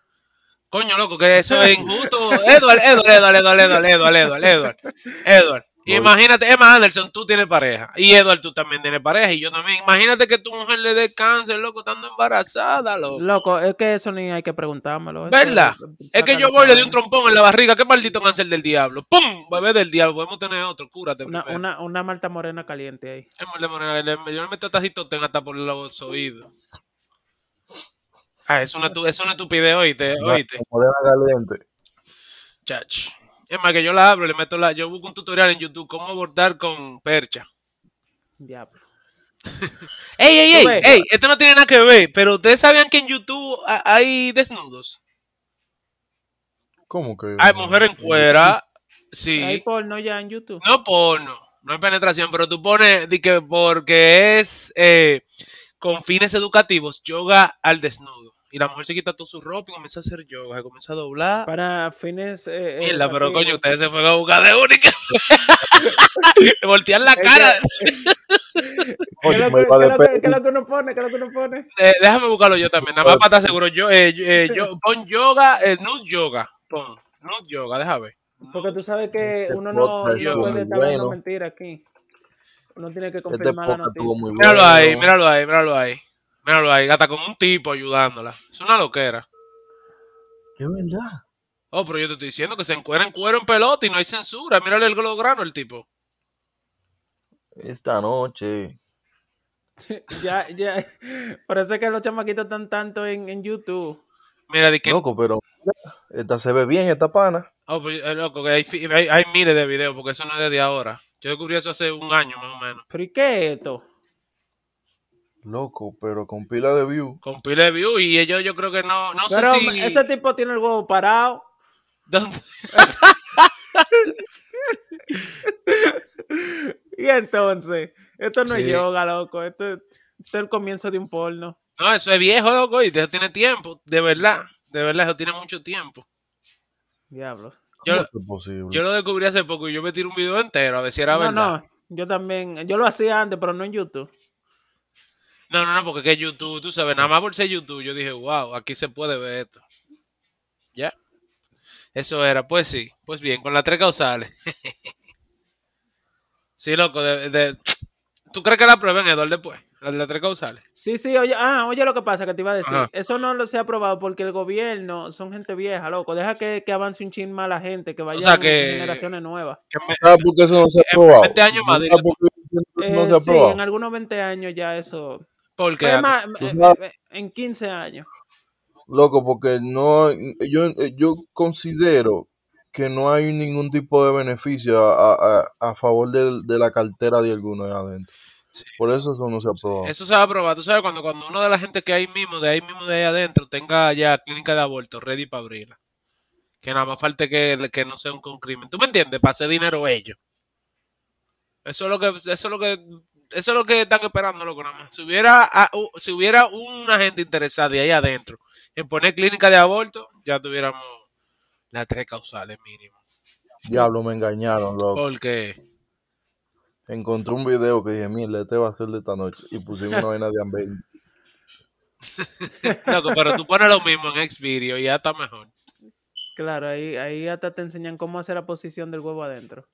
Coño, loco, que eso es injusto. Edward, Edward, Edward, Edward, Edward, Edward, Edward, Edward. Edward. Imagínate, Emma Anderson, tú tienes pareja. Y Edward, tú también tienes pareja. Y yo también. Imagínate que tu mujer le dé cáncer, loco, estando embarazada, loco. Loco, es que eso ni hay que preguntármelo. eso- ¿Verdad? Es que sácalo, yo voy, le di sácalo. un trompón en la barriga. Qué maldito cáncer del diablo. ¡Pum! Bebé del diablo. Podemos tener otro. Cúrate. Una, primero. una, una Marta Morena caliente ahí. Es muy de manera- le- Yo le meto tajitoten hasta por los oídos. Ah, es una, tu- es una estupidez, oíste, Ya, oíste. como de la caliente. Chach. Es más, que yo la abro, le meto la. Yo busco un tutorial en YouTube, cómo abordar con percha. Diablo. ¡Ey, ey, Tú ey! ves. ¡Ey! ah, Esto no tiene nada que ver, pero ustedes sabían que en YouTube ha- hay desnudos. ¿Cómo que? Hay mujer en cuera. Hay Sí. porno ya en YouTube. No porno, no hay penetración, pero tú pones di que porque es eh, con fines educativos, yoga al desnudo. Y la mujer se quita toda su ropa y comienza a hacer yoga, se comienza a doblar. Para fines. eh, eh, Mierda, pero educativos. coño, ustedes se fueron a buscar de única. Voltear la Es cara. ¿Qué es Oye, lo me que- va qué de es lo que- pe- qué es lo que uno pone? ¿Qué es lo que uno pone? Eh, déjame buscarlo yo también, nada más para estar seguro. Yo, eh, yo- eh, yo- pon yoga, eh, nude yoga. Pon nude yoga, déjame ver. Porque tú sabes que Este uno no, podcast estuvo no puede muy estar hablando bueno. mentira aquí. Uno tiene que Este confirmar la podcast estuvo noticia. muy bueno. Míralo ahí, míralo ahí, míralo ahí. Míralo ahí, gata con un tipo ayudándola. Es una loquera. Es verdad. Oh, pero yo te estoy diciendo que se encuera en cuero en pelota y no hay censura. Mírale el grano el tipo. Esta noche. Ya, ya. Parece que los chamaquitos están tanto en, en YouTube. Mira, de que. Loco, pero esta se ve bien, esta pana. Oh, pues, eh, loco, que hay, fi- hay- hay miles de videos porque eso no es desde ahora. Yo descubrí eso hace un año más o menos. ¿Pero y qué es esto? Loco, pero con pila de view. Con pile de view y ellos yo creo que no. No Pero sé si. ese tipo tiene el huevo parado. ¿Dónde? Y entonces, esto no Sí. es yoga, loco. Esto, esto es el comienzo de un porno. No, eso es viejo, loco, y eso tiene tiempo. De verdad. De verdad, eso tiene mucho tiempo. Diablo. Yo- ¿Cómo es que es posible? Yo lo descubrí hace poco y yo me tiré un video entero a ver si era no, verdad. no. Yo también. Yo lo hacía antes, pero no en YouTube. No, no, no, porque que YouTube, tú sabes, nada más por ser YouTube, yo dije, wow, aquí se puede ver esto. ¿Ya? Eso era, pues sí, pues bien, con las tres causales. sí, loco, de, de- ¿tú crees que la prueben, Eduardo, después? Las de las tres causales. Sí, sí, oye, ah, oye lo que pasa que te iba a decir. Ajá. Eso no lo se ha aprobado porque el gobierno son gente vieja, loco. Deja que, que avance un chin más la gente, que vayan sea que- generaciones nuevas. Que me- ¿Sabes por qué eso no se ha En probado? 20 años más, ¿Sabes dile tú. por qué no Eh, se ha sí, en probado? algunos 20 años ya eso. ¿Por qué? Pero es más, Tú eh, sabes- eh, en 15 años. Loco, porque no, yo, yo considero que no hay ningún tipo de beneficio a, a- a favor del- de, la cartera de alguno de adentro. Sí. Por eso eso no se ha probado. Eso se va a probar, tú sabes, cuando, cuando uno de la gente que hay mismo, de ahí mismo, de ahí adentro, tenga ya clínica de aborto ready para abrirla. Que nada más falte que, que no sea un, un crimen. ¿Tú me entiendes? Para hacer dinero ellos. Eso es lo que, eso es lo que, eso es lo que están esperando, loco, nada más. Si hubiera, a- u- si hubiera una gente interesada de ahí adentro en poner clínica de aborto, ya tuviéramos las tres causales mínimo. Diablo, me engañaron, Oh. loco. Porque Encontré un video que dije, mira, este va a ser de esta noche. Y pusimos una vaina de ambiente. Loco, pero tú pones lo mismo en Xvideo y ya está mejor. Claro, ahí, ahí hasta te enseñan cómo hacer la posición del huevo adentro.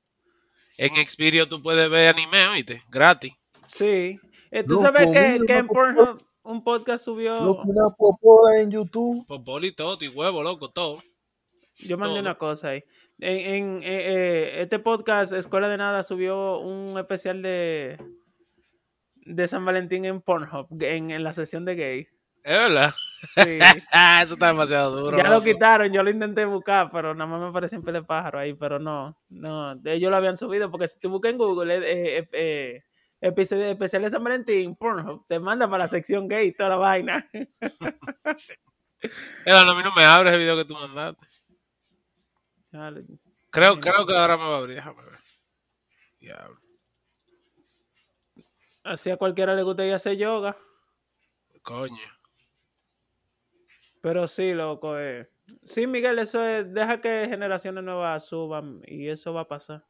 En Xvideo tú puedes ver anime, oíste, gratis. Sí. Eh, Tú Loco, sabes que, mira, que en loco, Pornhub un podcast subió. Loco, una popola en YouTube. Popol y todo, y huevo, loco, todo. Yo mandé Todo. una cosa ahí. En, en- eh, eh, este podcast, Escuela de Nada, subió un especial de, de San Valentín en Pornhub, en, en la sesión de gay. Es verdad. Sí. Ah, eso está demasiado duro. ya lo loco. quitaron, yo lo intenté buscar, pero nada más me apareció en Pele Pájaro ahí, pero no, no, ellos lo habían subido, porque si tú buscas en Google, eh, eh, eh, episodio especial de San Valentín, Pornhub, te manda para la sección gay, toda la vaina. Edan, a mí no me abre el video que tú mandaste. Chale. Creo, creo que ahora me va a abrir. Déjame ver. Diablo. Así a cualquiera le gusta ir a hacer yoga. Coño. Pero sí, loco. eh. Sí, Miguel, eso es. Deja que generaciones nuevas suban y eso va a pasar.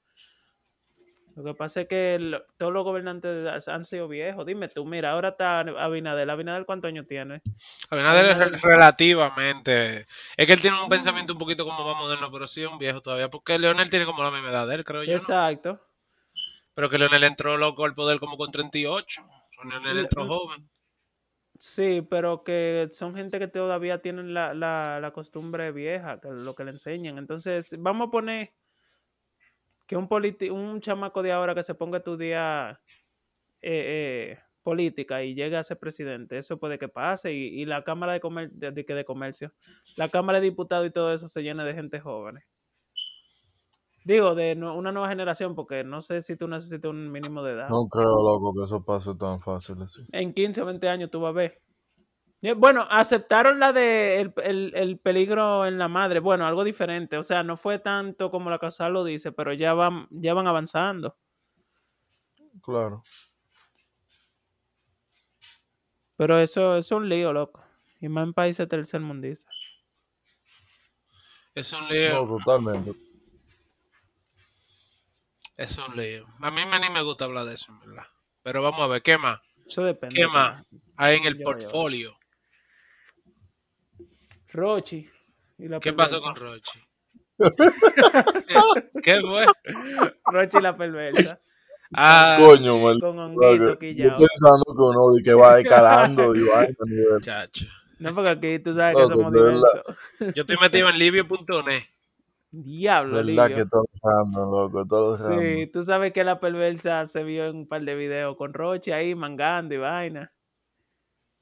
Lo que pasa es que lo- todos los gobernantes han sido viejos. Dime tú, mira, ahora está Abinader. Abinader, ¿cuántos años tiene? Abinader es re- relativamente. Es que él tiene un pensamiento un poquito como más moderno, pero sí es un viejo todavía. Porque Leonel tiene como la misma edad de él, creo yo. ¿no? Exacto. Pero que Leonel entró loco al poder como con 38. Leonel entró joven. Sí, pero que son gente que todavía tienen la, la, la costumbre vieja, que es lo que le enseñan. Entonces, vamos a poner que un, politi- un chamaco de ahora que se ponga a estudiar eh, eh, política y llegue a ser presidente, eso puede que pase. Y, y la Cámara de, Comer- de, de- que de Comercio, la Cámara de Diputados y todo eso se llena de gente joven. Digo, de no- una nueva generación, porque no sé si tú necesitas un mínimo de edad. No creo, loco, que eso pase tan fácil así. En 15 o 20 años tú vas a ver. Eh, Bueno, aceptaron la de el, el- el peligro en la madre. Bueno, algo diferente. O sea, no fue tanto como la casa lo dice, pero ya van, ya van avanzando. Claro. Pero eso, eso es un lío, loco. Y más en países tercermundistas. Es un lío. No, totalmente. Es un lío. A mí me- ni me gusta hablar de eso, en verdad. Pero vamos a ver, ¿qué más? Eso depende. ¿Qué más hay en Yo el voy a ver. portfolio? Rochi. y la ¿Qué pasó con perversa. Rochi? ¿Qué fue? Rochi la perversa? Ah, Coño, mal. con Claro, honguito que- quillao. yo pensando que uno de que va escalando y va a nivel. chacho. No, porque aquí tú sabes que Loco, somos de verdad. diversos. Yo estoy metido en libio.net. Diablo, ¿Verdad Livio. que todo random, loco? Todo random. Sí, tú sabes que la perversa se vio en un par de videos con Roche ahí mangando y vaina.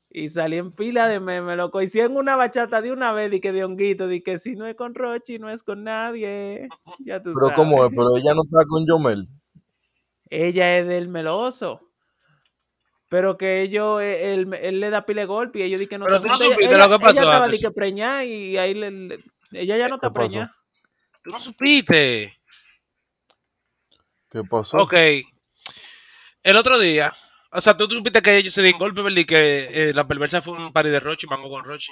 Y salí en pila de meme, loco. Hicieron una bachata de una vez y que de honguito, di que si no es con Roche, no es con nadie. Ya tú Pero sabes. ¿cómo es? Pero ella no está con Yomel. Ella es del meloso. Pero que ellos, eh, él, él le da pile golpe y ellos di que no Pero te tú no gusta. supiste ella, lo que pasó, Ella estaba di Anderson. que preñada y ahí le, le- ella ya no está ¿Qué pasó? preñada. Tú no supiste. ¿Qué pasó? Ok. El otro día, o sea, tú, tú supiste que ellos se dieron golpe, ¿verdad? Y que eh, la perversa fue un party de Rochi, mango con Rochi.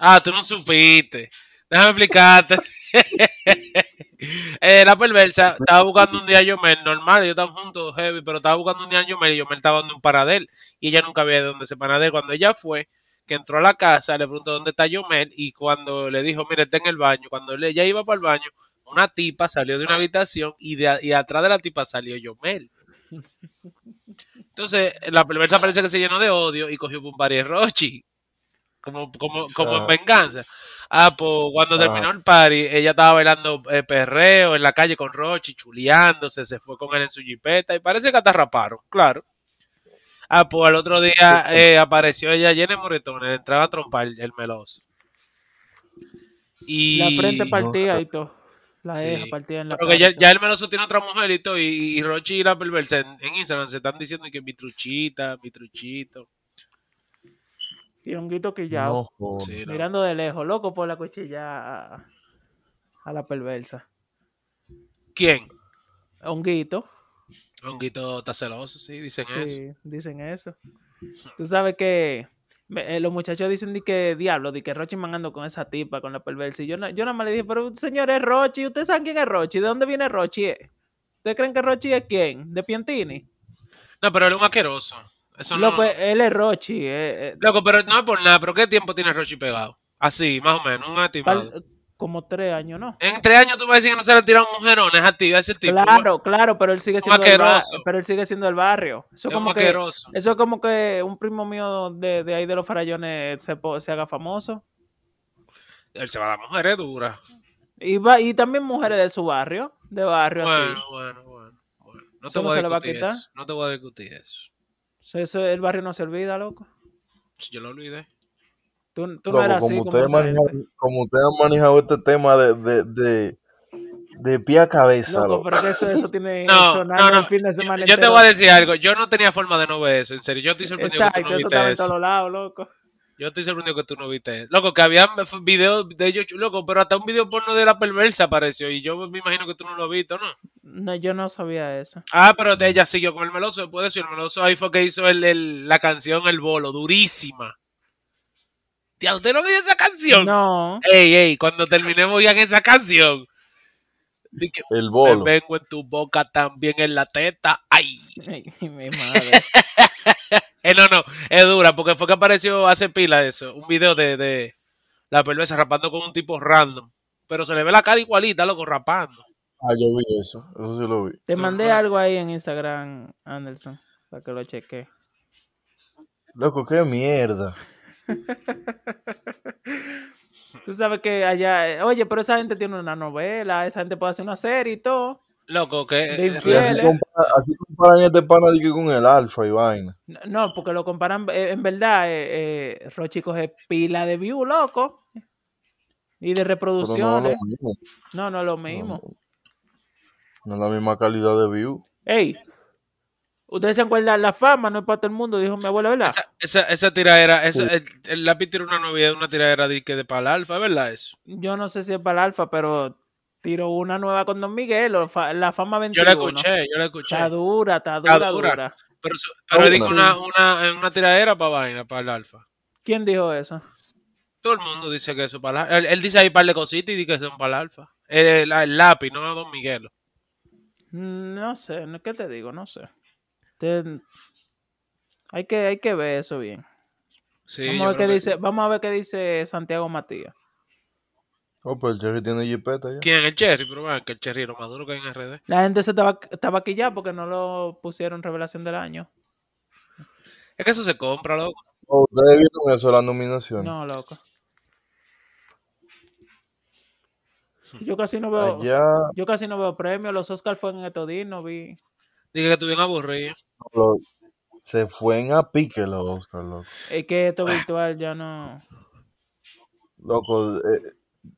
Ah, tú no supiste. Déjame explicarte. Eh, la perversa estaba buscando un día a Yomel, normal, ellos estaban juntos, heavy, pero estaba buscando un día a Yomel y Yomel estaba dando un paradel. Y ella nunca había de dónde se paradel. Cuando ella fue, que entró a la casa, le preguntó dónde está Yomel y cuando le dijo, mire, está en el baño. Cuando él- ella iba para el baño, una tipa salió de una habitación y, de, a- y atrás de la tipa salió Yomel. Entonces, la perversa parece que se llenó de odio y cogió un par de Rochi. Como, como, como en Ah. venganza. Ah, pues cuando Ah. terminó el party, ella estaba bailando eh, perreo en la calle con Rochi, chuleándose, se fue con él en su jipeta y parece que hasta raparon, claro. Ah, pues al otro día eh, apareció ella llena de moretones, le entraba a trompar el meloso. Y... La frente no, partida y todo. La Sí. deja partida en la Pero que ya, cara y todo. ya el meloso tiene otra mujer y todo, y, y Rochi y la perversa en, en Instagram se están diciendo que mi truchita, mi truchito. Y honguito quillao. No, joder. Sí, no. Mirando de lejos, loco por la cuchilla a, a la perversa. ¿Quién? Honguito, Honguito está celoso, sí, dicen eso. sí, dicen eso. Tú sabes que me- eh, los muchachos dicen de que diablo, de que Rochi mangando con esa tipa, con la perversa. Y yo, na- yo nada más le dije, pero señor, es Rochi, ¿ustedes saben quién es Rochi? ¿De dónde viene Rochi? eh? ¿Ustedes creen que Rochi es quién? ¿De Piantini? No, pero él es un asqueroso. Eso no- Loco, él es Rochi. eh, eh, Loco, pero no es por nada, pero ¿qué tiempo tiene Rochi pegado? Así, más o menos, un pal- estimado. como tres años, ¿no? En tres años tú vas a decir que no se le tiraron mujeres a ese tipo. Ese tipo Claro, claro, pero él sigue un siendo del ba- asqueroso. pero él sigue siendo del barrio. Eso es un como que asqueroso. Eso es como que un primo mío de, de ahí de los farallones se, po- se haga famoso. Él se va a dar mujeres duras. Y, va, y también mujeres de su barrio, de barrio Bueno, así. bueno, bueno, bueno. No te Eso no voy a se le va a discutir quitar. eso. No te voy a discutir eso. Eso- eso- el barrio no se olvida, loco. Si Yo lo olvidé. Tú, tú no Loco, eras así como, como ustedes esa gente. manejan, como ustedes han manejado este tema de, de, de, de pie a cabeza, Loco, loco. pero que eso, eso tiene No, sonar no, no. el fin de Yo, semana yo te entero. voy a decir algo. Yo no tenía forma de no ver eso. En serio, yo estoy sorprendido Exacto, que tú no eso estaba viste en eso. todos lados, loco. Yo estoy sorprendido que tú no viste eso. Loco, que había videos de ellos, loco, pero hasta un video porno de la perversa apareció. Y yo me imagino que tú no lo has visto, ¿no? No, yo no sabía eso. Ah, pero de ella siguió con el meloso después de eso. y El meloso ahí fue que hizo el, el- la canción El Bolo, durísima. Tía, ¿usted no vio esa canción? No, Ey, ey, cuando terminemos oigan esa canción. Di que, El "Me bolo. vengo en tu boca también en la teta. Ay. Ay, mi madre. Eh, no, no, es dura, porque fue que apareció hace pila eso. Un video de, de la perversa rapando con un tipo random. Pero se le ve la cara igualita, loco, rapando. Ah, yo vi eso. Eso sí lo vi. Te No, mandé no. algo ahí en Instagram, Anderson, para que lo cheque. Loco, qué mierda. Tú sabes que allá, eh, oye, pero esa gente tiene una novela, esa gente puede hacer una serie y todo. Loco, que. eh, De Y así, infieles. compara- así comparan este pana de que con el alfa y vaina. No, No, porque lo comparan, eh, en verdad, eh, eh, Rochi coge pila de view, loco. Y de Pero no, no, reproducciones. no, No, no es lo mismo. no es la misma calidad de view. Ey, ustedes se acuerdan, la fama no es para todo el mundo, dijo mi abuela, ¿verdad? Esa, esa, esa tiradera, esa- Sí. el, el lápiz tiene una novedad, una tiradera de, que de pala alfa, ¿verdad? Eso. Yo no sé si es para el alfa, pero tiró una nueva con Don Miguel, o fa- la fama 21. Yo la escuché, yo la escuché. Está dura, está dura, dura. dura. Pero, eso- pero Una. dijo una, una, una tiradera para vaina, para el alfa. ¿Quién dijo eso? Todo el mundo dice que eso para el alfa. Él, él dice ahí un par de cositas y dice que son para el alfa. El, el- el lápiz, no Don Miguel. Mm, No sé, no- ¿qué te digo? No sé. Te- Hay, que, hay que ver eso bien. Sí, vamos, yo a ver creo qué que- dice, vamos a ver qué dice Santiago Matías. Oh, pero el Jerry tiene jipeta ya. ¿Quién? El Cherry, pero bueno, que el Cherry es lo más duro que hay en RD. La gente se estaba, estaba aquí ya porque no lo pusieron revelación del año. Es que eso se compra, loco. Oh, Ustedes vieron eso, las nominaciones. No, loco. Yo casi no veo, Allá, yo casi no veo premios. Los Oscars fueron en estos días, no vi. Dije que estuvieron aburridos. lo- se fue a pique los Oscar, loco. Es que Ah. esto virtual ya no. Loco, eh,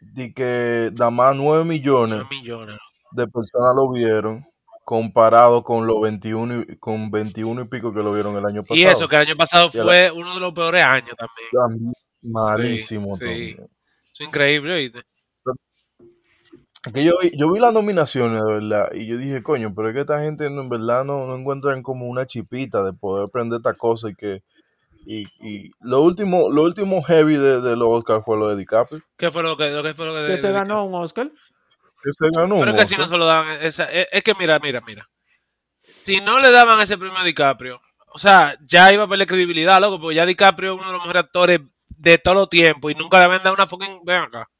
di que nada más 9 millones Una millones. de personas lo vieron comparado con los 21 y, con 21 y pico que lo vieron el año Pues pasado. Y eso, que el año pasado Y a la- fue uno de los peores años también. Está Malísimo. Sí, también. sí. Eso es increíble, ¿oíste? Que yo, vi- yo vi las nominaciones, de verdad, y yo dije, coño, pero es que esta gente no, en verdad no, no encuentran como una chipita de poder aprender esta cosa y que... Y, y lo último lo último heavy de, de los Oscar fue lo de DiCaprio, ¿Qué fue lo que, lo que, fue lo que, Que se dedicaron? ganó un Oscar. que se ganó Pero un es que si no Oscar. se lo daban, esa- e, es, es que mira, mira, mira. Si no le daban ese premio a DiCaprio, o sea, ya iba a perder credibilidad, loco, porque ya DiCaprio es uno de los mejores actores de todos los tiempos y nunca le habían dado una fucking. Ven acá.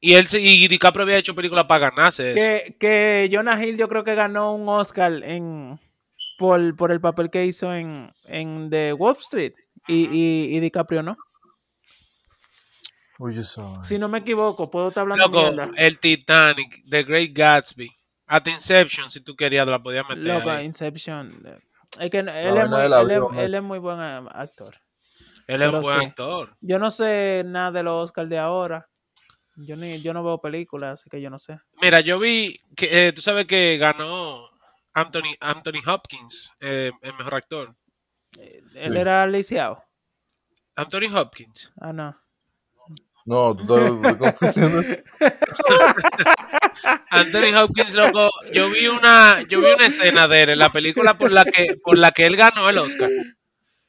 Y él se- y DiCaprio había hecho películas para ganarse eso. Que, que Jonah Hill yo creo que ganó un Oscar en por, por el papel que hizo en, en The Wolf Street. Y, y, y DiCaprio no. Oye, esa vaina. Si no me equivoco, puedo estar hablando Loco, mierda. el Titanic, The Great Gatsby, hasta Inception, si tú querías, la podías meter. Loco, ahí. Inception. Es que no- él, vaina es muy, del él, es, avión, este. él es muy buen eh, actor. Él es un pero buen sí. actor. Yo no sé nada de los Oscars de ahora. Yo, ni, yo no veo películas, así que yo no sé. Mira, yo vi que eh, tú sabes que ganó Anthony, Anthony Hopkins, eh, el mejor actor. Eh, Él Sí. era lisiado. Anthony Hopkins. Ah, no. No, tú estás confundiendo. Anthony Hopkins, loco, yo vi una, yo vi una escena de él en la película por la que, por la que él ganó el Oscar.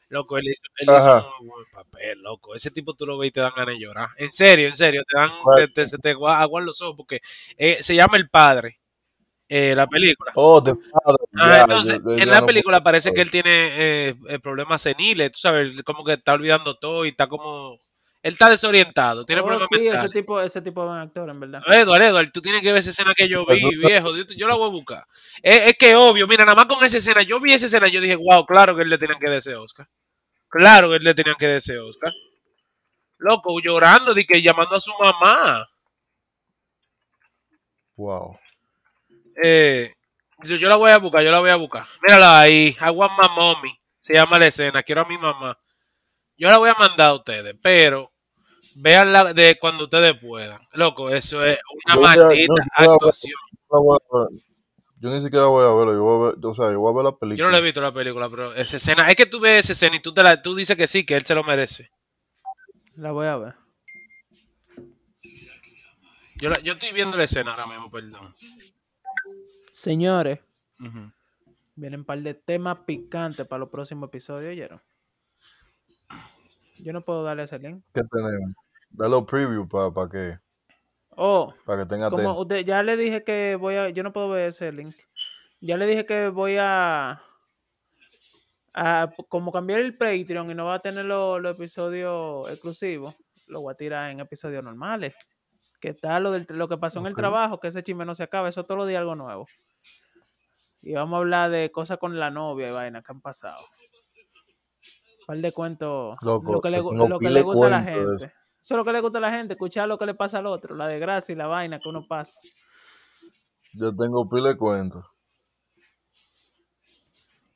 Loco, él hizo, él hizo Ajá. un buen papel, loco. Ese tipo tú lo ves y te dan ganas de llorar. En serio, en serio, te dan, te, te- se te gua- aguan los ojos porque eh, se llama El Padre, eh, la película. Oh, de padre. Ah, ya, entonces, yo- yo en ya la no película parece que saber. él tiene eh, eh, problemas seniles, tú sabes, como que está olvidando todo y está como... Él está desorientado, tiene Oh, problemas sí, ese mentales. tipo, ese tipo de buen actor, en verdad. Edward, Edward, tú tienes que ver esa escena que yo vi, Perdón. viejo. Yo, yo la voy a buscar. Es, es que obvio, mira, nada más con esa escena, yo vi esa escena, yo dije, wow, claro que él le tenían que desear Oscar. Claro que él le tenían que desear Oscar. Loco, llorando, de que llamando a su mamá. Wow. Eh, yo, yo la voy a buscar, yo la voy a buscar. Mírala ahí. I want my mommy. Se llama la escena. Quiero a mi mamá. Yo la voy a mandar a ustedes, pero veanla de cuando ustedes puedan. Loco, eso es una Yo ya- maldita yo ya- actuación. La voy a ver. Yo ni siquiera voy a verlo. Yo voy a ver, o sea, yo voy a ver la película. Yo no le he visto la película, pero esa escena, es que tú ves esa escena y tú, te la, tú dices que sí, que él se lo merece. La voy a ver. Yo, la- yo estoy viendo la escena ahora mismo, perdón. Señores, vienen un par de temas picantes para los próximos episodios, ¿oyeron? Yo no puedo darle ese link. ¿Qué tenemos? Dale un preview para que, Oh, para que tenga como atento. usted, ya le dije que voy a... Yo no puedo ver ese link. Ya le dije que voy a... a- como cambiar el Patreon y no va a tener los los episodios exclusivos, lo voy a tirar en episodios normales. Que está lo, del, lo que pasó en el Ok. trabajo, que ese chisme no se acaba, eso todos los días algo nuevo. Y vamos a hablar de cosas con la novia y vaina que han pasado. Un par de cuentos. Loco, eh, lo que le, yo gu- tengo lo que pila le de gusta a la gente. cuentos de Eso es lo que le gusta a la gente, escuchar lo que le pasa al otro, la desgracia y la vaina que uno pasa. Yo tengo pila de cuentos.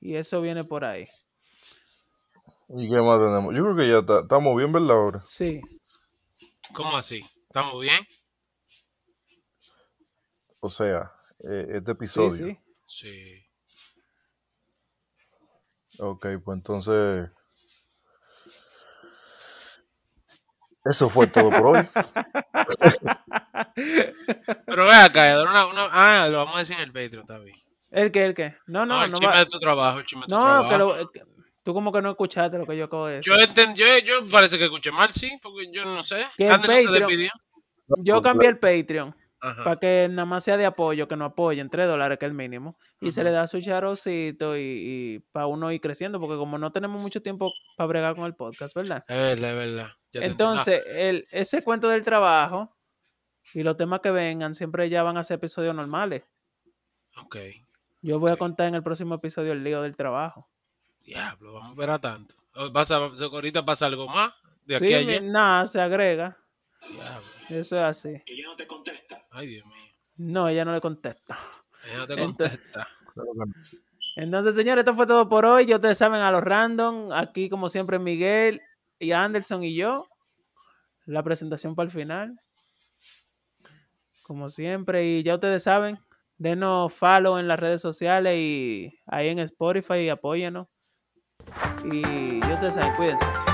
Y eso viene por ahí. ¿Y qué más tenemos? Yo creo que ya está- estamos bien, ¿verdad? Ahora. Sí. ¿Cómo así? ¿Estamos bien? O sea, eh, Sí, este episodio. sí. Sí. Ok, pues entonces. Eso fue todo por hoy. Pero ve acá, Eduardo, una, una- ah, lo vamos a decir en el Patreon, está bien. ¿El qué? ¿El qué? No, No, no, el no. chisme va- de tu trabajo, el chisme de tu No, trabajo. que lo- que- tú como que no escuchaste lo que yo acabo de decir. Yo, enten- yo, yo parece que escuché mal, sí, porque yo no sé. Que el Anderson se Patreon- despidió. Yo cambié el Patreon Ajá. para que nada más sea de apoyo, que no apoyen, 3 dólares que es el mínimo. Y se Ujú. le da su charocito y, para uno ir creciendo, porque como no tenemos mucho tiempo para bregar con el podcast, ¿verdad? Es verdad, es verdad. Ya te entendí. Entonces, el, ese cuento del trabajo y los temas que vengan siempre ya van a ser episodios normales. Ah, ok. Yo voy a Ok. contar en el próximo episodio el lío del trabajo. Diablo, vamos a esperar tanto. O Pasa, ahorita pasa algo más. De aquí Sí, a mi- allá. nada, se agrega. Diablo. Eso es así. Ay, Dios mío. No, ella no le contesta. Ella no te Entonces- contesta. Entonces, señores, esto fue todo por hoy. Ya ustedes saben a los random. Aquí, como siempre, Miguel y Anderson y yo. La presentación para el final. Como siempre. Y ya ustedes saben, denos follow en las redes sociales y ahí en Spotify y apóyenos. Y ya ustedes saben, cuídense.